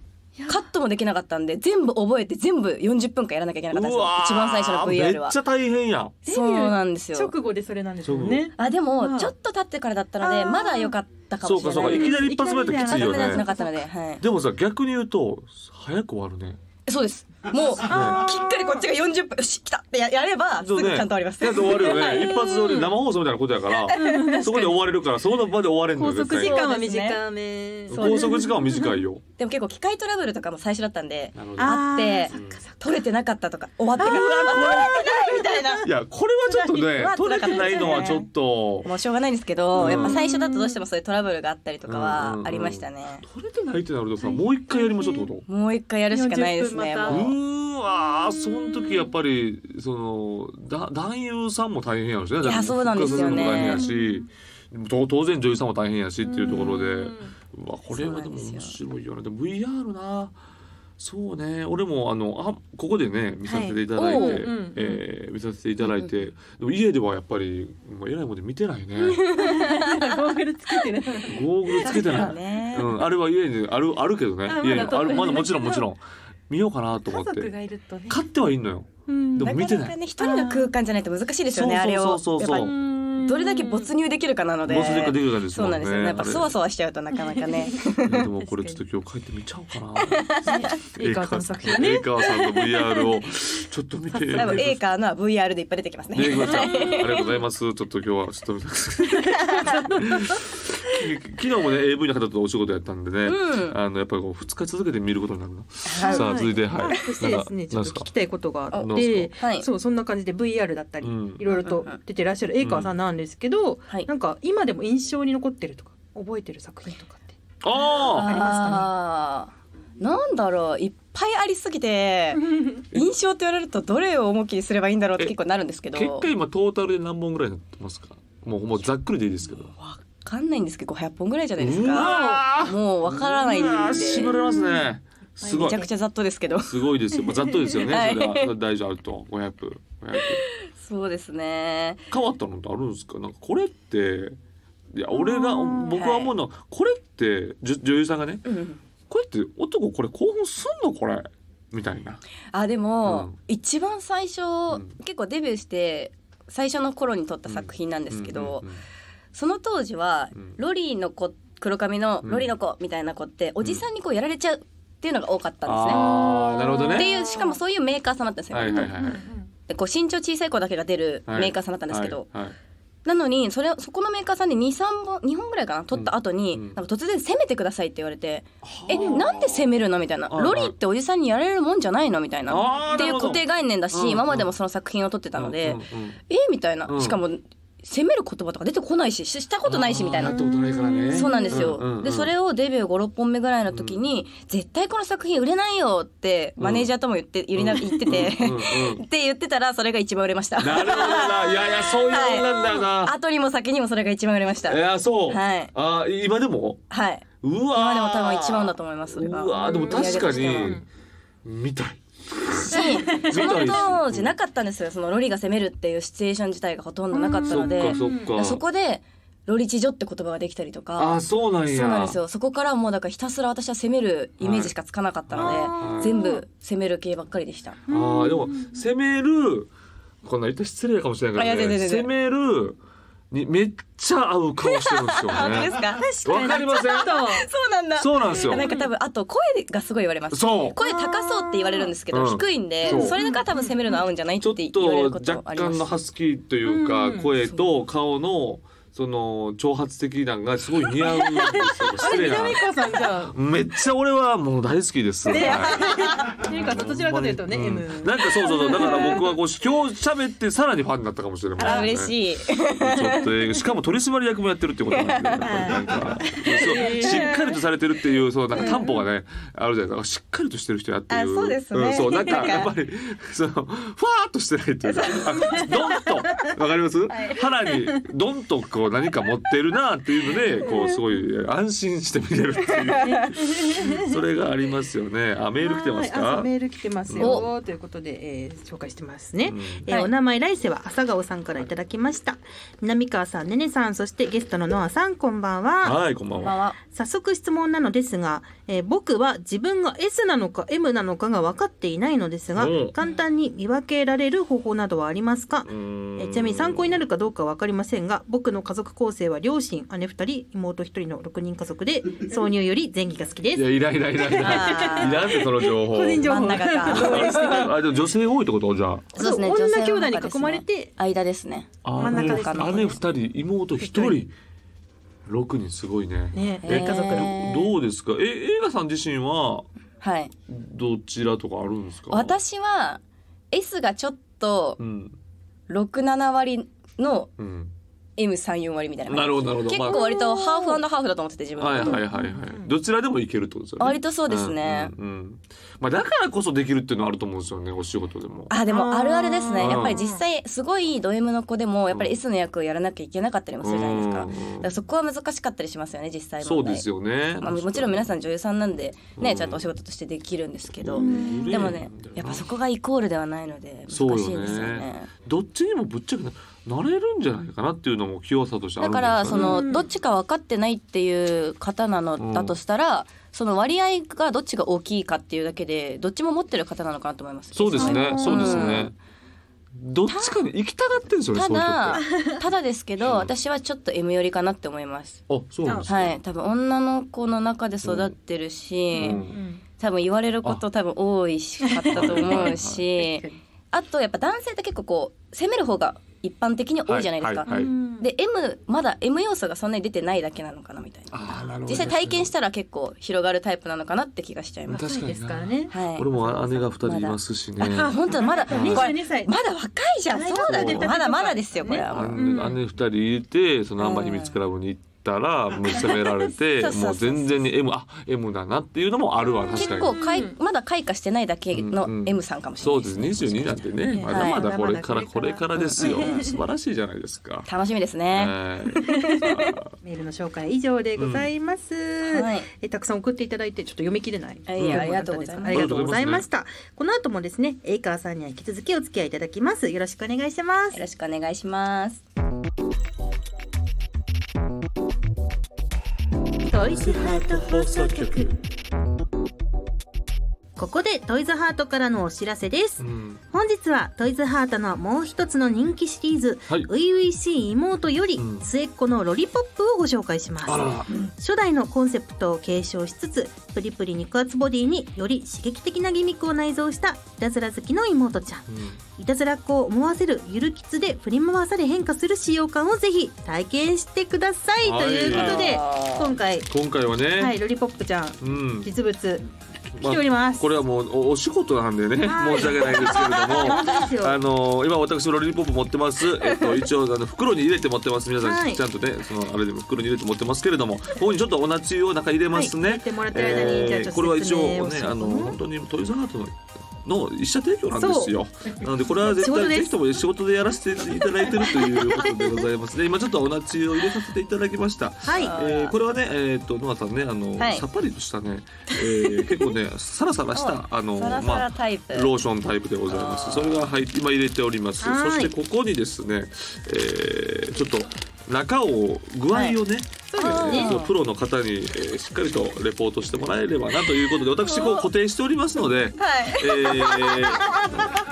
Speaker 3: カットもできなかったんで全部覚えて全部40分間やらなきゃいけなかったんですよ
Speaker 2: ー
Speaker 3: 一番最初の VR
Speaker 2: めっ
Speaker 3: は
Speaker 2: ちゃ大変やん。
Speaker 3: そうなんです
Speaker 1: 直
Speaker 3: よ
Speaker 1: 後でそれなんですよね。
Speaker 3: あで
Speaker 1: うん
Speaker 3: もちょっと経ってからだったの
Speaker 1: あ
Speaker 3: で
Speaker 1: ー
Speaker 3: まだ良かったか
Speaker 2: そ
Speaker 3: も
Speaker 2: う
Speaker 3: しれ
Speaker 2: か
Speaker 3: な
Speaker 2: そうか。
Speaker 3: い
Speaker 2: い
Speaker 3: で
Speaker 2: きなり一発目ってきついよ
Speaker 3: まだな
Speaker 2: ね
Speaker 3: か。ったので、は
Speaker 2: でもさ逆に言うと早く終わるね。
Speaker 3: い、そうですもうきっ
Speaker 1: あー
Speaker 3: かりこっちが40分よし来たってややればす
Speaker 2: そう
Speaker 3: ぐち
Speaker 2: ね
Speaker 3: ゃんと終わります、
Speaker 2: ちゃんと終わるよ
Speaker 3: は
Speaker 2: ね。
Speaker 3: [LAUGHS] い
Speaker 2: 一発撮り生放送みたいなことやから、そこで終われるからその場で終われんの
Speaker 1: 拘
Speaker 2: よ。
Speaker 1: 束
Speaker 2: 絶
Speaker 1: 時
Speaker 2: 対
Speaker 1: 間は短め。
Speaker 3: そう
Speaker 2: 拘束時間は短いよ。
Speaker 3: でも結構機械トラブルとかも最初だったんで
Speaker 2: なるほど。
Speaker 1: あー
Speaker 3: あって
Speaker 1: そっかそっか
Speaker 3: 取れてなかったとか終わってからうわー取れてないみたいない
Speaker 2: やこれはちょっとね
Speaker 3: 辛い
Speaker 2: 取れてないのはちょっと
Speaker 3: もうしょうがないんですけど、
Speaker 2: うん
Speaker 3: やっぱ最初だとどうしてもそういうトラブルがあったりとかはありましたね、
Speaker 2: 取れてないってなるとさもう一回やりましょうってこと。
Speaker 3: もう一回やるしかないです
Speaker 1: 40分
Speaker 3: ね
Speaker 1: また
Speaker 2: う
Speaker 3: もう
Speaker 2: ーわーその時やっぱりそのだ男優さんも大変やろしね
Speaker 3: いやそうなんですよね
Speaker 2: 復活するのも大変やしと当然女優さんも大変やしっていうところで
Speaker 1: うん
Speaker 2: うわこれはでも
Speaker 3: そうなん
Speaker 2: 面
Speaker 3: です
Speaker 2: 白いよねでも VR なそうね俺もあのあここでね見させていただいて、
Speaker 3: はい
Speaker 1: うん
Speaker 3: おう
Speaker 1: うん
Speaker 2: えー見させていただいて、でも家ではやっぱりもうえらいもんで見てない
Speaker 3: [LAUGHS]
Speaker 2: ね
Speaker 1: ゴーグルつけてる。
Speaker 2: ゴーグルつけてない、
Speaker 3: ね
Speaker 2: うん、あれは家にあるあるけどね
Speaker 1: あまだ
Speaker 2: 家にあ
Speaker 1: 撮ってな
Speaker 2: る
Speaker 1: い
Speaker 2: まだもちろんもちろん見ようかなと思
Speaker 1: 家
Speaker 2: って
Speaker 1: 族がいるとね。
Speaker 2: 買ってはいんのよ。
Speaker 1: うん
Speaker 2: でも見てない
Speaker 3: かかね一人の空間じゃないと難しいですよね
Speaker 2: うん
Speaker 3: あれを
Speaker 2: そうそうそうそう
Speaker 3: やっぱどれだけ没入できるかなので
Speaker 2: ボスでかできる感じです
Speaker 3: そ
Speaker 2: も
Speaker 3: うんな
Speaker 2: ね。
Speaker 3: んですよねやっぱそわそわしちゃうとなかな
Speaker 2: [LAUGHS]
Speaker 3: かね
Speaker 2: あれでもこれちょっと今日帰ってみちゃおうかな。
Speaker 1: [LAUGHS] いいかさんの作品ね
Speaker 2: 江川さんの
Speaker 1: [LAUGHS]
Speaker 2: VR をちょっと見て。
Speaker 3: 多分 A カーのは VR でいっぱい出てきますね
Speaker 2: ね、ごめんなさいありがとうございます。ちょっと今日はちょっと見たくて [LAUGHS] 昨日もね AV の方とお仕事やったんでね、
Speaker 3: うん
Speaker 2: あのやっぱりこう2日続けて見ることになるな。
Speaker 3: はい
Speaker 2: さあ続いてはい。
Speaker 1: そしてですね、ちょ
Speaker 2: な
Speaker 1: っ
Speaker 2: ん
Speaker 1: と
Speaker 2: か
Speaker 1: 聞きたいことがあ
Speaker 2: な
Speaker 1: っ
Speaker 2: ん
Speaker 1: て
Speaker 2: す、
Speaker 3: はい
Speaker 1: そうそんな感じで VR だったり、
Speaker 2: うん
Speaker 1: いろいろと出てらっしゃる江川さんなんですけど、
Speaker 3: はい
Speaker 1: なんか今でも印象に残ってるとか覚えてる作品とかって
Speaker 2: あ
Speaker 1: りますかね
Speaker 3: あーなんだろういっぱいありすぎて印象って言われるとどれを重きにすればいいんだろうって結構なるんですけ
Speaker 2: あ。
Speaker 3: ど
Speaker 2: 結果今トータルで何本ぐらいになってますか。もうもうざっくりでいいですけど。
Speaker 3: わかんないんですけど500本ぐらいじゃないです
Speaker 2: うわ
Speaker 3: か
Speaker 2: ー
Speaker 3: もうわからないん
Speaker 2: う
Speaker 3: で
Speaker 2: わー絞れますね。すご
Speaker 3: め
Speaker 2: い
Speaker 3: ちゃ。くちゃざっとですけど
Speaker 2: すごいですよ。まあ、ざっとですよね。
Speaker 3: はい
Speaker 2: それはそれは大丈夫あると。500、500。
Speaker 3: そうですね
Speaker 2: 変わったのってあるんですか。なんかこれって。いや俺が
Speaker 1: あー
Speaker 2: 僕は思うのは、これってじょ女優さんがね
Speaker 3: うん
Speaker 2: これって男これ興奮すんのこれみたいな
Speaker 3: あでも、
Speaker 2: うん
Speaker 3: 一番最初、
Speaker 2: ん
Speaker 3: 結構デビューして最初の頃に撮った作品なんですけど、
Speaker 2: うんうん
Speaker 3: その当時は、
Speaker 2: うん
Speaker 3: ロリーの子黒髪の
Speaker 2: うん
Speaker 3: ロリーの子みたいな子って、おじさんにこうやられちゃうっていうのが多かったんですね。
Speaker 2: ああなるほど
Speaker 3: っ
Speaker 2: ね
Speaker 3: ていうしかもそういうメーカーさんだったんですよ、
Speaker 2: はいはいはいはい
Speaker 3: でこう身長小さい子だけが出るメーカーさんだったんですけど、
Speaker 2: はいはい
Speaker 3: なのにそれそこのメーカーさんで23本2本ぐらいかな取った後に、
Speaker 2: うんうん
Speaker 3: なんか突然「攻めてください」って言われて「え
Speaker 2: はあ
Speaker 3: なんで攻めるの?」みたいな「
Speaker 2: はいはい
Speaker 3: ロリーっておじさんにやられるもんじゃないの?」みたい
Speaker 2: あー
Speaker 3: なっていう
Speaker 2: なるほど
Speaker 3: 固定概念だし、
Speaker 2: うんうん
Speaker 3: 今までもその作品を撮ってたので
Speaker 2: うん
Speaker 3: 「
Speaker 2: うんうん
Speaker 3: えみたいな、
Speaker 2: うん
Speaker 3: しかも攻める言葉とか出てこないしししたことないしみたい
Speaker 2: あー
Speaker 3: な
Speaker 2: やっ。たことないからね
Speaker 3: そうなんですよ、
Speaker 2: うんうんうん
Speaker 3: でそれをデビュー56本目ぐらいの時に、絶対この作品売れないよってマネージャーとも言って、言いな言
Speaker 2: [LAUGHS]
Speaker 3: ってて、
Speaker 2: うんうんうん
Speaker 3: って言ってたらそれが一番売れました
Speaker 2: なるほどな。いやいや、そういうもんなんだよな。
Speaker 3: 後にも先にもそれが一番売れました
Speaker 2: い、や、そう。
Speaker 3: はい
Speaker 2: あ、今でも。
Speaker 3: はい、
Speaker 2: うわー。
Speaker 3: 今でも多分一番だと思いますそれ
Speaker 2: う
Speaker 3: が
Speaker 2: わー、でも確か
Speaker 3: 売り上げ
Speaker 2: に。見たい。
Speaker 3: としてはし
Speaker 2: 見
Speaker 3: そ
Speaker 2: たい
Speaker 3: の
Speaker 2: し
Speaker 3: 当時なかったんですよそのロリが攻めるっていうシチュエーション自体がほとんどなかった
Speaker 2: そ
Speaker 3: の
Speaker 2: っ
Speaker 3: で
Speaker 2: か、そ
Speaker 3: だ
Speaker 2: っ
Speaker 3: か
Speaker 2: か。
Speaker 3: らそこでロリ地女って言葉ができたりとか
Speaker 2: あ、そうなんや。
Speaker 3: そうなんですよそこからもうだからひたすら私は攻めるイメージしかつかなかったので、
Speaker 1: はい
Speaker 3: 全部攻める系ばっかりでした
Speaker 2: あーでも、攻める。こんなん言ったら失礼かもしれないけ
Speaker 3: あい
Speaker 2: ど
Speaker 3: や全
Speaker 2: ね。
Speaker 3: 然
Speaker 2: 攻
Speaker 3: 全然
Speaker 2: める。にめっちゃ合う顔してるん
Speaker 3: [LAUGHS]
Speaker 2: ですよ
Speaker 3: 本当です
Speaker 2: ね。
Speaker 3: か
Speaker 2: わかり
Speaker 3: [LAUGHS]
Speaker 2: ません。
Speaker 3: そうなんだ
Speaker 2: そうなんですよ。
Speaker 3: なんか多分あと声がすごい言われます
Speaker 2: そう
Speaker 3: 声高そうって言われるんですけど、
Speaker 2: うん
Speaker 3: 低いんで
Speaker 2: そう
Speaker 3: それが多分攻めるの合うんじゃないっ
Speaker 2: ちょって
Speaker 3: 言われ
Speaker 2: と
Speaker 3: ることもあ
Speaker 2: 若
Speaker 3: りま
Speaker 2: 干
Speaker 3: す
Speaker 2: のハスキーというか、
Speaker 1: うん
Speaker 2: 声と顔のその挑発的なんがすごい似合うんですよ失礼な
Speaker 4: 南川さんじゃあ
Speaker 2: めっちゃ俺はもう大好きです、
Speaker 4: ね
Speaker 2: はい
Speaker 4: 南川さんどちらかというとね、
Speaker 2: ん
Speaker 4: M
Speaker 2: なんかそうそうそうだから僕はこう今日喋ってさらにファンになったかもしれません、ね、
Speaker 3: あ嬉
Speaker 2: い
Speaker 3: しい
Speaker 2: ちょっとえーしかも取締役もやってるってことなんでやっぱりなんかそうしっかりとされてるっていうそうなんか担保がねあるじゃないですかしっかりとしてる人やっていう
Speaker 3: あそうですね
Speaker 2: んそうなんか
Speaker 3: なんか
Speaker 2: やっぱりそのふわーっとしてないっていうかあドンとわかります、腹にドンとこう何か持ってるなっていうのでこうすごい安心して見れるっていうそれがありますよねあメール来てます
Speaker 4: はいあそ
Speaker 2: か
Speaker 4: うメール来てますよということで、えー、紹介してますね、
Speaker 2: うん
Speaker 1: えー
Speaker 3: はい
Speaker 1: お名前来世は朝顔さんからいただきました南川さんねねさんそしてゲストのノアさんこんばんは
Speaker 2: はいこんばん
Speaker 3: まあ
Speaker 2: は
Speaker 3: まあ
Speaker 1: 早速質問なのですが、えー僕は自分が S なのか M なのかが分かっていないのですが
Speaker 2: うん
Speaker 1: 簡単に見分けられる方法などはありますか
Speaker 2: うーん
Speaker 1: えーちなみに参考になるかどうかは分かりませんが僕の家族構成は両親姉2人妹1人の6人家族で挿入より前期が好きで
Speaker 2: [LAUGHS] い
Speaker 1: す
Speaker 2: やいらいらいらい [LAUGHS] らい
Speaker 3: あー
Speaker 2: らんでその情報
Speaker 4: 個人情
Speaker 3: 真
Speaker 4: 報
Speaker 3: ん中
Speaker 2: [LAUGHS]
Speaker 3: か
Speaker 2: あでも女性多いってことじゃ
Speaker 3: [LAUGHS] そうですね
Speaker 4: 女
Speaker 3: 女性の
Speaker 4: 兄弟
Speaker 3: 中
Speaker 4: に
Speaker 3: ですね
Speaker 4: 囲まれて
Speaker 3: 間ですね
Speaker 2: あ
Speaker 4: 真ん中ですね
Speaker 2: 姉姉二人妹一
Speaker 4: 一
Speaker 2: 人六人すごいね
Speaker 4: ね
Speaker 3: えー
Speaker 4: 家族
Speaker 3: え
Speaker 4: の
Speaker 2: どうですかえ映画さん自身は
Speaker 3: はい
Speaker 2: どちらとかあるんですか
Speaker 3: 私は S がちょっと
Speaker 2: うん
Speaker 3: 67割の
Speaker 2: うん、
Speaker 3: M34 割みたいな
Speaker 2: なるほどなるほど
Speaker 3: 結
Speaker 2: ま
Speaker 3: 構割とハーフハーフだと思ってて自分
Speaker 2: あはい
Speaker 3: のこと
Speaker 2: はいはいはいどちらでもいけるってことですよね
Speaker 3: 割とそうですね
Speaker 2: うんうんうんまあ、だからこそできるっていうのはあると思うんですよねお仕事でも
Speaker 3: あでもあるあるです
Speaker 2: う
Speaker 3: ね
Speaker 2: ん
Speaker 3: やっぱり実際すごいド M の子でもやっ
Speaker 2: う
Speaker 3: ぱり
Speaker 2: ん
Speaker 3: S の役をやらなきゃいけなかったりもするじゃないですかだ
Speaker 2: う
Speaker 3: か
Speaker 2: ん
Speaker 3: らそこは難しかったりしますよね実際
Speaker 2: そう
Speaker 3: 問題
Speaker 2: ですよね、
Speaker 3: まあ、もちろん皆さん女優さんなんで
Speaker 2: う
Speaker 3: ね
Speaker 2: ん
Speaker 3: ちゃんとお仕事としてできるんですけど
Speaker 2: うん
Speaker 3: でもねやっぱそこがイコールではないので難しいんです
Speaker 2: そうよ
Speaker 3: よね
Speaker 2: ねどっちにもぶっちゃけななれるんじゃないかなっていうのも器用さとしてある
Speaker 3: だ
Speaker 2: ん
Speaker 3: か
Speaker 2: です
Speaker 3: らそ
Speaker 4: うん
Speaker 3: のどっちか分かってないっていう方なのだとしたらその割合がどっちが大きいかっていうだけでどっちも持ってる方なのかなと思います
Speaker 2: そうですね
Speaker 1: う、ん
Speaker 2: そうですね。どっちかに行きたがってるんですよね、
Speaker 3: た
Speaker 2: そういう人
Speaker 3: だ
Speaker 2: って。
Speaker 3: ただですけど私はちょっと M 寄りかなって思います
Speaker 2: あ、そうなんですか。
Speaker 3: はい多分女の子の中で育ってるし、
Speaker 2: う
Speaker 4: うんん
Speaker 3: 多分言われること多分多いしかったと思
Speaker 2: [LAUGHS]
Speaker 3: うし
Speaker 4: 確かに
Speaker 3: あとやっぱ男性って結構こう攻める方が一般的に多いじゃないですか、
Speaker 2: はい
Speaker 4: うん
Speaker 3: で M まだ M 要素がそんなに出てないだけなのかなみたいな
Speaker 2: あーなるほど
Speaker 3: 実際体験したら結構広がるタイプなのかなって気がしちゃいます、
Speaker 2: 確か
Speaker 4: そうで
Speaker 2: に
Speaker 4: すから
Speaker 2: な。
Speaker 4: ね
Speaker 3: はい
Speaker 2: 俺も姉が二人いますしね。
Speaker 3: あ [LAUGHS] 本当だまだこれ
Speaker 2: うん
Speaker 4: 22歳
Speaker 3: まだ若いじゃんそうだね
Speaker 2: そう
Speaker 3: まだまだですよこれはもう
Speaker 2: 姉姉二人いて、そのあんま秘密クラブに行ったら、もう責められて
Speaker 3: [LAUGHS] そうそうそう、そう
Speaker 2: もう全然に M、あ、M だなっていうのもあるわ、確か
Speaker 3: 結
Speaker 2: に。
Speaker 3: 構かいまだ開花してないだけの
Speaker 2: うんうん
Speaker 3: M さんかもしれな
Speaker 2: そ
Speaker 3: いう
Speaker 2: です。二十二なんてね、ま
Speaker 3: は
Speaker 2: だ
Speaker 3: い
Speaker 2: まだこれから、
Speaker 4: まだまだ
Speaker 2: こ
Speaker 4: こ
Speaker 2: れ
Speaker 4: れ
Speaker 2: か
Speaker 4: から
Speaker 2: らですよ。素晴らしいじゃないですか。
Speaker 3: 楽しみですね。
Speaker 2: はいさあ
Speaker 4: メールの紹介以上でございます、
Speaker 3: はい
Speaker 4: えたくさん送っていただいてちょっと読み切れない、
Speaker 3: あいえありがとうございます
Speaker 4: ありがとうございましたこの後もですねエイカーさんには引き続きお付き合いいただきますよろしくお願いします
Speaker 3: よろしくお願いします。
Speaker 1: トイズハート放送局ここでトイズハートからのお知らせです
Speaker 2: うん
Speaker 1: 本日はトイズハートのもう一つの人気シリーズ
Speaker 2: はい
Speaker 1: 初々しい妹より
Speaker 2: うん
Speaker 1: 末っ子のロリポップをご紹介します
Speaker 2: あらら。
Speaker 1: 初代のコンセプトを継承しつつプリプリ肉厚ボディにより刺激的なギミックを内蔵したいたずら好きの妹ちゃん
Speaker 2: うん
Speaker 1: いたずらっ子を思わせるゆるキツで振り回され変化する使用感をぜひ体験してください、
Speaker 2: はい
Speaker 1: ということで
Speaker 3: あー
Speaker 1: 今回
Speaker 2: 今回はね、
Speaker 1: はいロリポップちゃん
Speaker 2: うん、
Speaker 1: 実物来
Speaker 2: まあ
Speaker 1: ております、
Speaker 2: これはもうおお仕事なんでね、
Speaker 1: はい
Speaker 2: 申し訳ないんですけれど
Speaker 1: 本
Speaker 2: も。
Speaker 1: 当ですよ
Speaker 2: あのー今私ロリポップ持ってます。えっと一応あの袋に入れて持ってます。皆さん、
Speaker 1: はい
Speaker 2: ちゃんとねそのあれでも袋に入れて持ってますけれども、ここにちょっとお夏を中入れますね。
Speaker 1: はい入れてもらってる間にじゃあちょっと
Speaker 2: これは一応
Speaker 1: 説明をし
Speaker 2: ね
Speaker 1: ようか
Speaker 2: あ
Speaker 1: な
Speaker 2: の本当にトイザハートの。の一社提供なんですよ。なのでこれは絶
Speaker 1: 仕事
Speaker 2: 対
Speaker 1: です
Speaker 2: ぜひとも仕事でやらせていただいてるということでございますね。今ちょっとお夏を入れさせていただき
Speaker 1: [LAUGHS]
Speaker 2: ました。
Speaker 1: はい
Speaker 3: あ
Speaker 2: えー、これはね、えー、とノアさんねあの、
Speaker 3: はい
Speaker 2: さっぱりとしたね、えー、結構ねサラサ
Speaker 1: [LAUGHS]
Speaker 2: ラしたあの
Speaker 3: サラサ
Speaker 2: ま
Speaker 3: ラ
Speaker 2: あ
Speaker 3: タイプ。
Speaker 2: ローションタイプでございま
Speaker 3: あ
Speaker 2: す。
Speaker 3: ー
Speaker 2: それが入って今入れております。
Speaker 1: は
Speaker 2: そ
Speaker 1: ーい
Speaker 2: してここにですね、えー、ちょっと中を具合をね、
Speaker 4: そうです
Speaker 2: えー
Speaker 4: ね
Speaker 2: そうプロの方に、えーしっかりとレポートしてもらえればなということで私こう固定しておりますので、
Speaker 3: はい。
Speaker 2: えー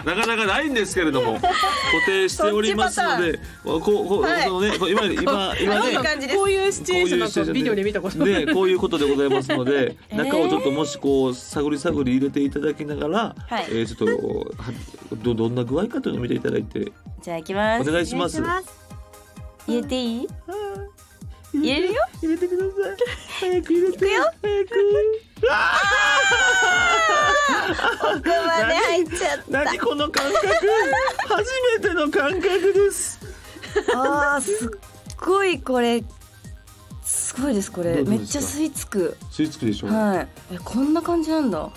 Speaker 2: なかなかないんですけれども固定しておりますのでこうこう、
Speaker 4: はい
Speaker 2: そのねこう今今今
Speaker 4: どん
Speaker 2: ね
Speaker 4: な感じです
Speaker 5: こういうシチュエーションなん
Speaker 2: こういうシチュエーションで
Speaker 5: かビデオで見たことない。
Speaker 2: [LAUGHS] でこういうことでございますので、
Speaker 3: えー
Speaker 2: 中をちょっともしこう探り探り入れていただきながら、
Speaker 3: はい
Speaker 2: えーちょっとはどどんな具合かというのを見ていただいて
Speaker 3: じゃあ行きま
Speaker 2: お
Speaker 3: す。
Speaker 2: 願いします。
Speaker 1: す
Speaker 3: 入れていい？
Speaker 2: 入
Speaker 3: 言えるよ。
Speaker 2: 入れてください。早く入れて。よ。早く。 [LAUGHS]
Speaker 3: ここまで入っちゃっ
Speaker 2: 何この感覚。初めての感覚です。
Speaker 3: た。あーすっごいこれ。すごいですこ
Speaker 2: ど
Speaker 3: れ。
Speaker 2: うど
Speaker 3: め
Speaker 2: う
Speaker 3: っ
Speaker 2: です
Speaker 3: ち
Speaker 2: か
Speaker 3: ゃ吸い付く。
Speaker 2: 吸い付くでしょは
Speaker 3: はい。えこんな感じなんだ。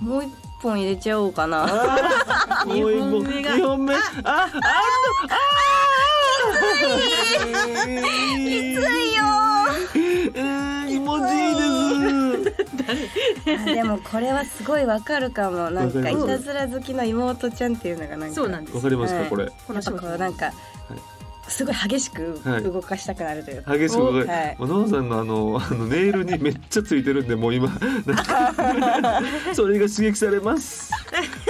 Speaker 2: い。
Speaker 3: もう一本入れちゃおうかな。
Speaker 2: もう一
Speaker 5: 二本
Speaker 2: 本
Speaker 5: 目が
Speaker 2: 二本目。あ、あ、あと、ああ。きついよ。えー、気持ちいいです。
Speaker 3: あでもこれはすごいわかるかもなんか
Speaker 2: わかり
Speaker 3: い
Speaker 2: ます
Speaker 3: たずら好きの妹ちゃんっていうのがなんか
Speaker 4: そうなんです
Speaker 2: わかります
Speaker 3: は
Speaker 2: か、
Speaker 3: い
Speaker 2: これ。
Speaker 4: こ
Speaker 3: や
Speaker 4: の
Speaker 3: っぱ
Speaker 4: 商
Speaker 3: こ
Speaker 4: 品
Speaker 3: うなんかすごい激しく
Speaker 2: はい
Speaker 3: 動かしたくなるというか、
Speaker 2: 激しく動い
Speaker 3: はい
Speaker 2: お父さんのあのあのネイルにめっちゃついてるんでもう
Speaker 3: [LAUGHS]
Speaker 2: 今なんかそれが刺激されます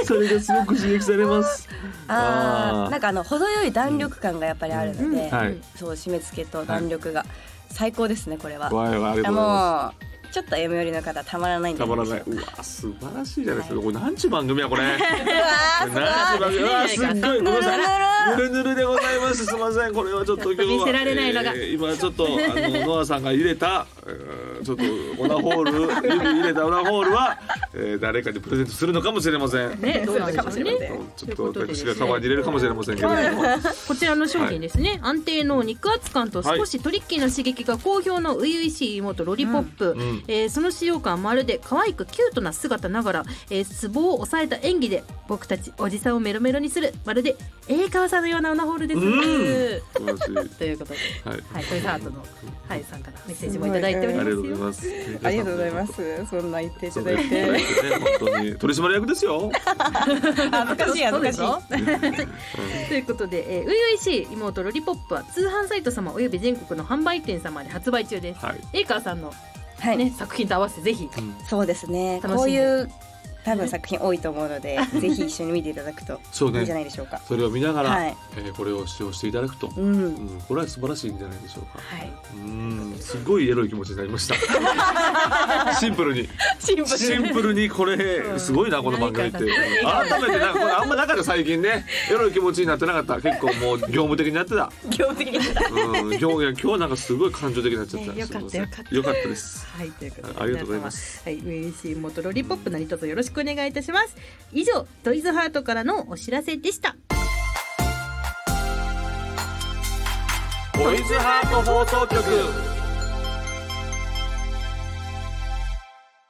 Speaker 2: それがすごく刺激されます
Speaker 3: あ
Speaker 2: あー
Speaker 3: あなんかあの程よい弾力感がやっぱりあるので、
Speaker 4: うんうん
Speaker 2: はい
Speaker 3: そう締め付けと弾力が最高ですねこれは。
Speaker 2: わいわいありがとうございま
Speaker 3: もうちょっと M 寄りの方たまらないん
Speaker 2: す
Speaker 3: で
Speaker 2: たまらないうわ素晴らしいじゃないですかこれ何ちゅう番組やこれ
Speaker 3: うわーすごい
Speaker 2: 何ちゅう番組うわすっごいごめんなさい
Speaker 3: ぬ
Speaker 2: ぬるぬるでございます。すみません。これはちょっと今日は
Speaker 4: 見せられないのが
Speaker 2: えー今ちょっとあのノアさんが入れた、えーちょっとオナホール指に入れたオナホールは、えー誰かにプレゼントするのかもしれません。
Speaker 4: ねどうなんでしょ
Speaker 5: そうか
Speaker 4: う
Speaker 5: もしれませ
Speaker 4: ね
Speaker 5: ん
Speaker 2: ちょっと私がカバンに入れるかもしれませんけれども、
Speaker 4: こちらの商品ですね、安定の肉厚感と少しトリッキーな刺激が好評の初々しい妹ロリポップ、
Speaker 2: うんうん
Speaker 4: えーその使用感はまるで可愛くキュートな姿ながら、えー、ツボを抑えた演技で僕たちおじさんをメロメロにするまるで映川さんのようなオナホールです、
Speaker 2: うん素晴らしい。
Speaker 4: ということで、
Speaker 2: はい。
Speaker 4: はい、トイハートの、はい、さんからメッセージもいただいてお
Speaker 2: あ
Speaker 4: り
Speaker 2: り
Speaker 4: ま
Speaker 2: が
Speaker 4: す
Speaker 2: とうござ
Speaker 4: よ
Speaker 2: います。
Speaker 3: ありがとうございま。すそんな言っていた
Speaker 2: そう
Speaker 3: だ
Speaker 2: ね
Speaker 3: いて
Speaker 2: 本当に取締役ですよ。
Speaker 3: 恥ずかしい恥ずかしい
Speaker 4: そうでしょということで、えー、初々しい妹ロリポップは通販サイト様および全国の販売店様で発売中です
Speaker 2: はい。
Speaker 4: エイカーさんの、
Speaker 3: はい、
Speaker 4: ね、作品と合わせてぜひ
Speaker 2: うん
Speaker 3: そうですね
Speaker 4: 楽し
Speaker 3: こ
Speaker 4: んで
Speaker 3: ういう多分作品多いと思うの [LAUGHS] でぜひ一緒に見ていただくと
Speaker 2: そう
Speaker 3: いいんじ
Speaker 2: ね。
Speaker 3: ゃないでしょうか
Speaker 2: それを見ながら、
Speaker 3: はい
Speaker 2: えーこれを使用していただくと、
Speaker 3: う
Speaker 2: うんん、これは素晴らしいんじゃないでしょうか。
Speaker 4: はい、
Speaker 2: うん、すごいエロい気持ちになりました。
Speaker 4: [LAUGHS]
Speaker 2: シンプルに、
Speaker 4: シン
Speaker 2: シンプルにこれすごいなこの番組って。
Speaker 4: うん
Speaker 2: 改めてなんかこれあんまなかった最近ね、エロい気持ちになってなかった。結構もう業務的になってた。
Speaker 3: 業務的に
Speaker 2: うん、
Speaker 4: [LAUGHS]
Speaker 2: 今日今日なんかすごい感情的になっちゃった。
Speaker 4: ねよかった
Speaker 2: すいません
Speaker 4: よかった
Speaker 2: よかったです。
Speaker 4: はい、ということで
Speaker 2: ありがとうございます。
Speaker 4: 皆様はい、嬉しい元ロリポップ何卒よろしくお願いいたします。以上、トイズハートからのお知らせでした。
Speaker 2: ボイズハート放送局。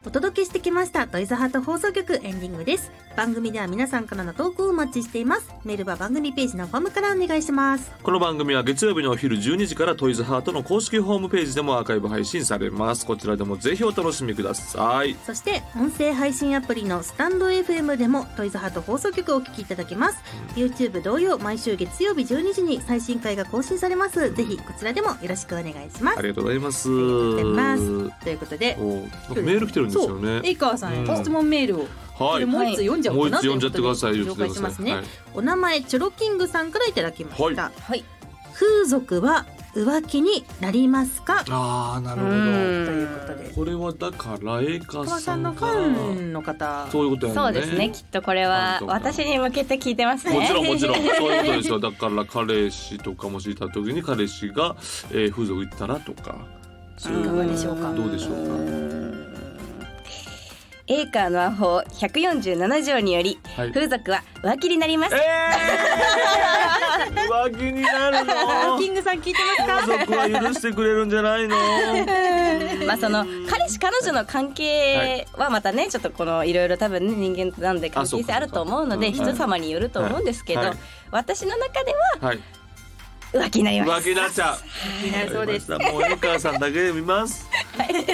Speaker 1: お届けしてきましたトイズハート放送局エンディングです番組では皆さんからの投稿をお待ちしていますメールは番組ページのフォームからお願いします
Speaker 2: この番組は月曜日のお昼12時からトイズハートの公式ホームページでもアーカイブ配信されます。こちらでもぜひお楽しみください。
Speaker 1: そして音声配信アプリのスタンド FM でもトイズハート放送局をお聞きいただけます YouTube 同様毎週月曜日12時に最新回が更新されますぜひこちらでもよろしくお願いします
Speaker 2: ありがとうございます。
Speaker 1: りがとうございますということで
Speaker 2: おなんかメール来てるんですよね
Speaker 4: エ。イカーさんへ
Speaker 2: う
Speaker 4: の
Speaker 2: ん
Speaker 4: 質問メールを、こ
Speaker 2: は
Speaker 4: れ
Speaker 2: い。
Speaker 4: もう一つ読んじゃおう
Speaker 2: もう
Speaker 4: か
Speaker 2: 一度
Speaker 4: な
Speaker 2: 読んじゃってください。
Speaker 4: とうことで紹介しますね、
Speaker 2: はい
Speaker 1: お名前チョロキングさんからいただきました、
Speaker 2: は
Speaker 3: はい
Speaker 1: 風俗は浮気になりますか
Speaker 2: ああ、なるほ
Speaker 3: う
Speaker 2: ど。
Speaker 4: というこ
Speaker 3: ん
Speaker 4: とで、エイ
Speaker 2: これはだから、エイカ
Speaker 4: カーさ
Speaker 2: さ
Speaker 4: ん
Speaker 2: ん
Speaker 4: の
Speaker 2: が
Speaker 4: ファンの方、
Speaker 2: そういうことやね。
Speaker 3: そうですねきっとこれは
Speaker 2: そうか
Speaker 3: 私に向けて聞いてますね
Speaker 2: もちろんもちろんそういうことですよだから彼氏とかもしいた時に彼氏が、えー、風俗行ったらとかそういう
Speaker 3: いかがでしょうか
Speaker 2: どうでしょうか
Speaker 3: エーカーのアホ147条により
Speaker 2: はい
Speaker 3: 風俗は浮気になります
Speaker 2: え [LAUGHS] ー、浮気になるの
Speaker 4: ランキングさん聞いてますか
Speaker 2: 風俗は許してくれるんじゃないの
Speaker 3: まあその彼氏彼女の関係はまたねちょっとこのいろいろ多分ね人間なんで関係性あると思うので
Speaker 2: あそうかそうか
Speaker 3: 人様によると思うんですけど
Speaker 2: はいはい
Speaker 3: 私の中では
Speaker 2: はい
Speaker 3: 浮気になりま
Speaker 2: 浮
Speaker 3: す
Speaker 2: 気になっちゃう。
Speaker 4: 気になるそうです。
Speaker 2: わかりましたもう江川さんだけ見ます。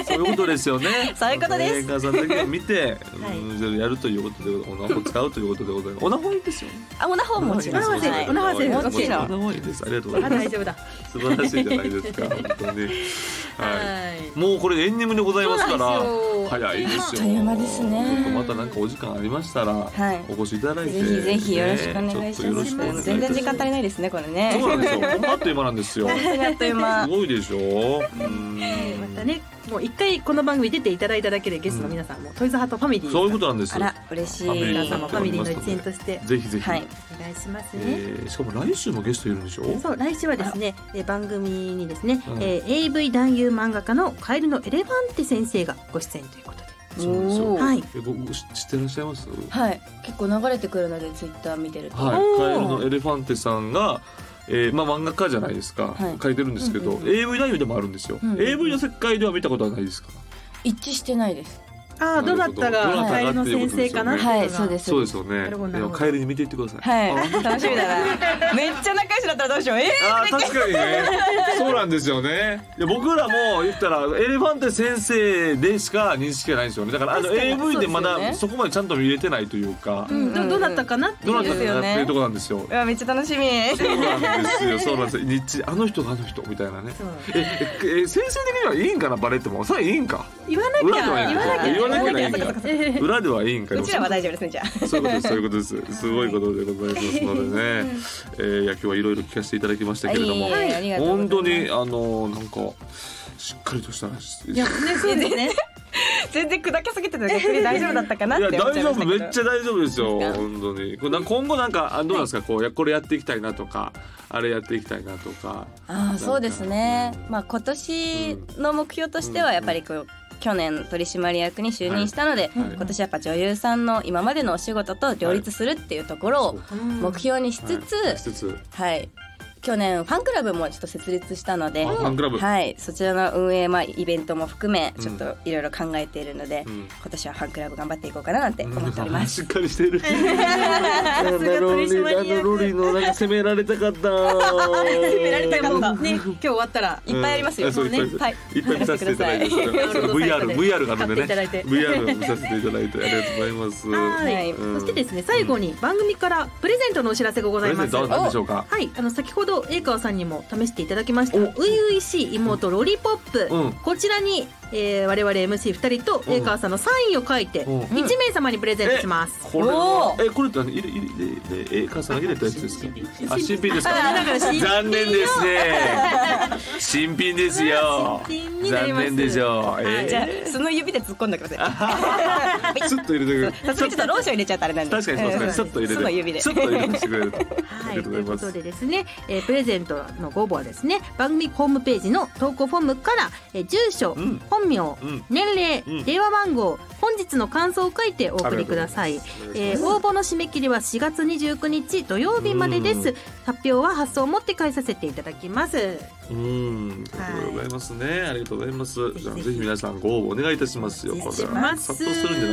Speaker 2: そういうことですよね。
Speaker 3: そういうことです
Speaker 2: 江川さんだけ見て、
Speaker 1: はい
Speaker 2: うんやるということで、オナホ使うということでございます。オナホいいですよね。
Speaker 3: あオナホももちろん
Speaker 4: オナホ
Speaker 3: はい
Speaker 4: オナホ
Speaker 3: もちろ
Speaker 2: オナ
Speaker 3: ん
Speaker 2: ホいいです。ありがとうござ
Speaker 4: あ
Speaker 2: いま
Speaker 4: 大
Speaker 2: す。
Speaker 4: 丈夫だ。
Speaker 2: 素晴らしいじゃないですか。本当に。 [LAUGHS] は
Speaker 4: は
Speaker 2: い。
Speaker 4: い。
Speaker 2: もうこれエンディングでございますから。
Speaker 4: そうなんですよ
Speaker 2: 早いですよ。
Speaker 4: あっ
Speaker 3: という間ですね
Speaker 2: ちょっとまたなんかお時間ありましたら、
Speaker 3: はい
Speaker 2: お越しいただいて、
Speaker 3: ぜひぜひよろしくお願い
Speaker 2: ね
Speaker 3: し
Speaker 2: ちょっとよろ
Speaker 3: ま
Speaker 2: し
Speaker 3: す
Speaker 2: くお願いいたします。
Speaker 3: 全然時間足りないですねこれね
Speaker 2: そうなんですよ。あっという間なんです
Speaker 3: [LAUGHS]
Speaker 2: よ。す
Speaker 3: 本当にあっという間
Speaker 2: ごいでしょ。うん
Speaker 4: またね、もう一回この番組出ていただいただけでゲストの皆さんもトイズハートファミリー
Speaker 2: そういうことなんです
Speaker 3: あ
Speaker 2: よ
Speaker 3: ら。嬉しい
Speaker 2: 雨
Speaker 4: 皆
Speaker 2: にな
Speaker 4: さん
Speaker 2: っ
Speaker 4: も
Speaker 2: て
Speaker 4: フ
Speaker 2: お
Speaker 4: ァミ
Speaker 2: り
Speaker 4: リ
Speaker 2: ま
Speaker 4: ー
Speaker 2: す
Speaker 4: の一
Speaker 2: ので
Speaker 4: 員として
Speaker 2: ぜひぜひ。
Speaker 3: はい
Speaker 4: お願いします
Speaker 2: え
Speaker 4: ね。
Speaker 2: ーしかも来週もゲストいるんでしょ。
Speaker 1: そう来週はですねえー番組にですね、
Speaker 2: うん
Speaker 1: えー AV 男優漫画家のカエルのエレファンテ先生がご出演ということで
Speaker 2: そうなんですよ
Speaker 3: おー
Speaker 1: はい
Speaker 2: えごご知知ってらっしゃいます？
Speaker 3: はい結構流れてくるのでツイッター見てると
Speaker 2: はい。カエルのエレファンテさんが。えーまあ、漫画家じゃないですか、
Speaker 3: はい
Speaker 2: 書いてるんですけど、
Speaker 3: うんうん
Speaker 2: AV 男優でもあるんですよ、
Speaker 3: うんうん
Speaker 2: AV の世界では見たことはないですか
Speaker 3: 一致してないです
Speaker 4: あ
Speaker 2: な
Speaker 4: あ、
Speaker 2: る
Speaker 4: ど
Speaker 2: ほ
Speaker 4: な
Speaker 2: どどな
Speaker 4: たが
Speaker 2: たが
Speaker 4: カエルの先生かなって
Speaker 3: は
Speaker 4: いう
Speaker 3: い
Speaker 4: の
Speaker 3: そ
Speaker 4: が
Speaker 3: うです
Speaker 2: そうですよね
Speaker 4: なるほどなるほど
Speaker 2: カエルに見ていってください、
Speaker 3: はい楽しみだな [LAUGHS] めっちゃ仲良しだったらどうしようえ
Speaker 2: あー確かに
Speaker 3: [LAUGHS]
Speaker 2: ねそうなんですよねいや僕らも言ったらエレファンテ先生でしか認識がないんですよねだからあの
Speaker 3: 確かに
Speaker 2: AV でま
Speaker 3: そ
Speaker 2: だ
Speaker 3: うですよね
Speaker 2: そこまでちゃんと見れてないというか、
Speaker 4: うんどどなたかなってい
Speaker 2: どなた
Speaker 4: う。
Speaker 2: かなっていうところなんですよ
Speaker 3: ーうわめっちゃ楽しみ
Speaker 2: そうなんですよそうなんですよ日あの人があの人みたいなね
Speaker 4: そう
Speaker 2: えええ先生的にはいいんかなバレてもそれはいいん
Speaker 3: [LAUGHS]
Speaker 2: か
Speaker 4: 言わなき
Speaker 2: 裏で
Speaker 4: ゃ
Speaker 2: はいいんか言わなきゃいいん
Speaker 4: 言わ
Speaker 2: か
Speaker 4: なきゃいいんか
Speaker 2: 裏ではいいんか
Speaker 3: うちらは大丈夫ですねじゃあ
Speaker 2: そういうことです、そういうことです。すごいことでございますのでね。えー、いや今日はいろいろ聞かせていただきましたけれども、
Speaker 3: はいはいありがとうござい
Speaker 2: 本
Speaker 3: ます
Speaker 2: 当にあのなんかしっかりとした話。い
Speaker 4: いや
Speaker 2: や
Speaker 4: ねそうですね。
Speaker 3: 全然砕けすぎてた逆に大丈夫だったかなっ
Speaker 2: 大
Speaker 3: て思っちゃい
Speaker 2: 丈
Speaker 3: ま
Speaker 2: 夫
Speaker 3: したけど
Speaker 2: めっちゃ大丈夫ですよ
Speaker 3: ですか
Speaker 2: 本当にこれな今後なんかあどうなんですか、こうやこれやっていきたいなとかあれやっていきたいなとか
Speaker 3: あーそうですね
Speaker 2: うん
Speaker 3: まあ今年の目標としてはやっぱりこう去年取締役に就任したので、
Speaker 2: はいはい
Speaker 3: 今年やっぱ女優さんの今までのお仕事と両立するっていうところを目標にしつつ、
Speaker 2: はいしつつ
Speaker 3: はい去年ファンクラブもちょっと設立したので
Speaker 2: あファンクラブ
Speaker 3: はい、そちらの運営、まあ、イベントも含め
Speaker 2: うん
Speaker 3: ちょっといろいろ考えているので、
Speaker 2: うん
Speaker 3: 今年はファンクラブ頑張っていこうかななんて思っております。
Speaker 2: しっかりしてる。
Speaker 3: [LAUGHS]
Speaker 2: あのロリーあのロリーのなんか責められたか
Speaker 3: [LAUGHS]
Speaker 2: った。責
Speaker 3: められたかった
Speaker 4: ね今日終わったら
Speaker 3: いっぱいありますよ、
Speaker 2: うんあそう
Speaker 3: ね
Speaker 2: いっぱいあ
Speaker 3: はい
Speaker 2: りますいっぱい見させていただいて、それそれ VR VR があるんでね、VR 見させていただいてありがとうございます。
Speaker 4: は。
Speaker 3: はいい
Speaker 2: うん
Speaker 4: そしてですね最後に番組からプレゼントのお知らせがご
Speaker 2: プ
Speaker 4: ざい
Speaker 2: レゼ
Speaker 4: ま
Speaker 2: ン
Speaker 4: す。
Speaker 2: トは
Speaker 4: は
Speaker 2: 何でしょうか。
Speaker 4: いあの先ほど栄川さんにも試していただきました
Speaker 2: お
Speaker 4: 初々しい妹ロリポップ。
Speaker 2: うん。
Speaker 4: こちらに、えー、我々 MC2 人と
Speaker 2: うん
Speaker 4: 栄川さんのサインを書いて
Speaker 2: うん
Speaker 4: 1名様にプレゼントします。
Speaker 2: これは
Speaker 3: お
Speaker 2: えこれって何入れ入れ入れえ母さんが入れたやつですか。あ新品ですか。
Speaker 4: あだから新品
Speaker 2: 残念ですね。新品ですよ。
Speaker 4: 新品になり
Speaker 2: 残
Speaker 4: ます
Speaker 2: 念でしょう。
Speaker 3: じゃ
Speaker 2: え
Speaker 3: あその指で突っ込んでください
Speaker 2: ーちょっと入れてく
Speaker 3: さ
Speaker 2: れ。
Speaker 3: すがにちょっとローション入れちゃったあれなんで
Speaker 2: 確かにそうですね。ちょっと入れ
Speaker 3: そ
Speaker 2: て。
Speaker 3: の指で
Speaker 2: ちょっと入れてしてくれる。あ
Speaker 4: は
Speaker 2: りがと
Speaker 4: い、と
Speaker 2: うござ
Speaker 4: いう
Speaker 2: い
Speaker 4: こ
Speaker 2: ます
Speaker 4: と。でですね、えープレゼントのご応募はですね番組ホームページの投稿フォームから、えー住所、
Speaker 2: うん
Speaker 4: 本名、
Speaker 2: うん
Speaker 4: 年齢、
Speaker 2: うん
Speaker 4: 電話番号本日の感想を書いてお送りくださいえー応募の締め切りは4月29日土曜日までで
Speaker 2: う
Speaker 4: す発表は発送をもって返させていただきます
Speaker 2: うん、ありがとうございますね。ありがとうございます。じゃあ
Speaker 4: ぜ
Speaker 2: ぜ
Speaker 4: ひ
Speaker 2: ひ皆さんご応募お願いいたしますよ。これ
Speaker 4: し
Speaker 2: は
Speaker 4: ます
Speaker 2: 殺到するんじゃ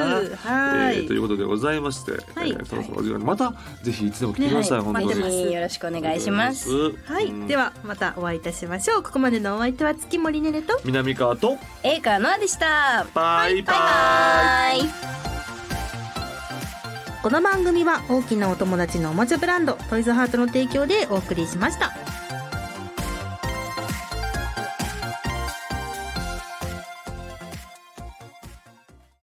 Speaker 2: ないですか。
Speaker 4: はい、
Speaker 2: えーということでございまして、
Speaker 4: い
Speaker 2: えーそろそろお時間またぜひいつでも来てください、
Speaker 3: はい
Speaker 2: 本当に。
Speaker 4: 待ってます
Speaker 3: よろしくお願いします。
Speaker 4: はい、
Speaker 2: うん
Speaker 4: ではまたお会いいたしましょうここまでのお相手は月森ねねと
Speaker 2: 南川と
Speaker 3: エイカーノアでした。
Speaker 2: バイバイ。
Speaker 3: バイ。
Speaker 1: この番組は大きなお友達のおもちゃブランドトイズハートの提供でお送りしました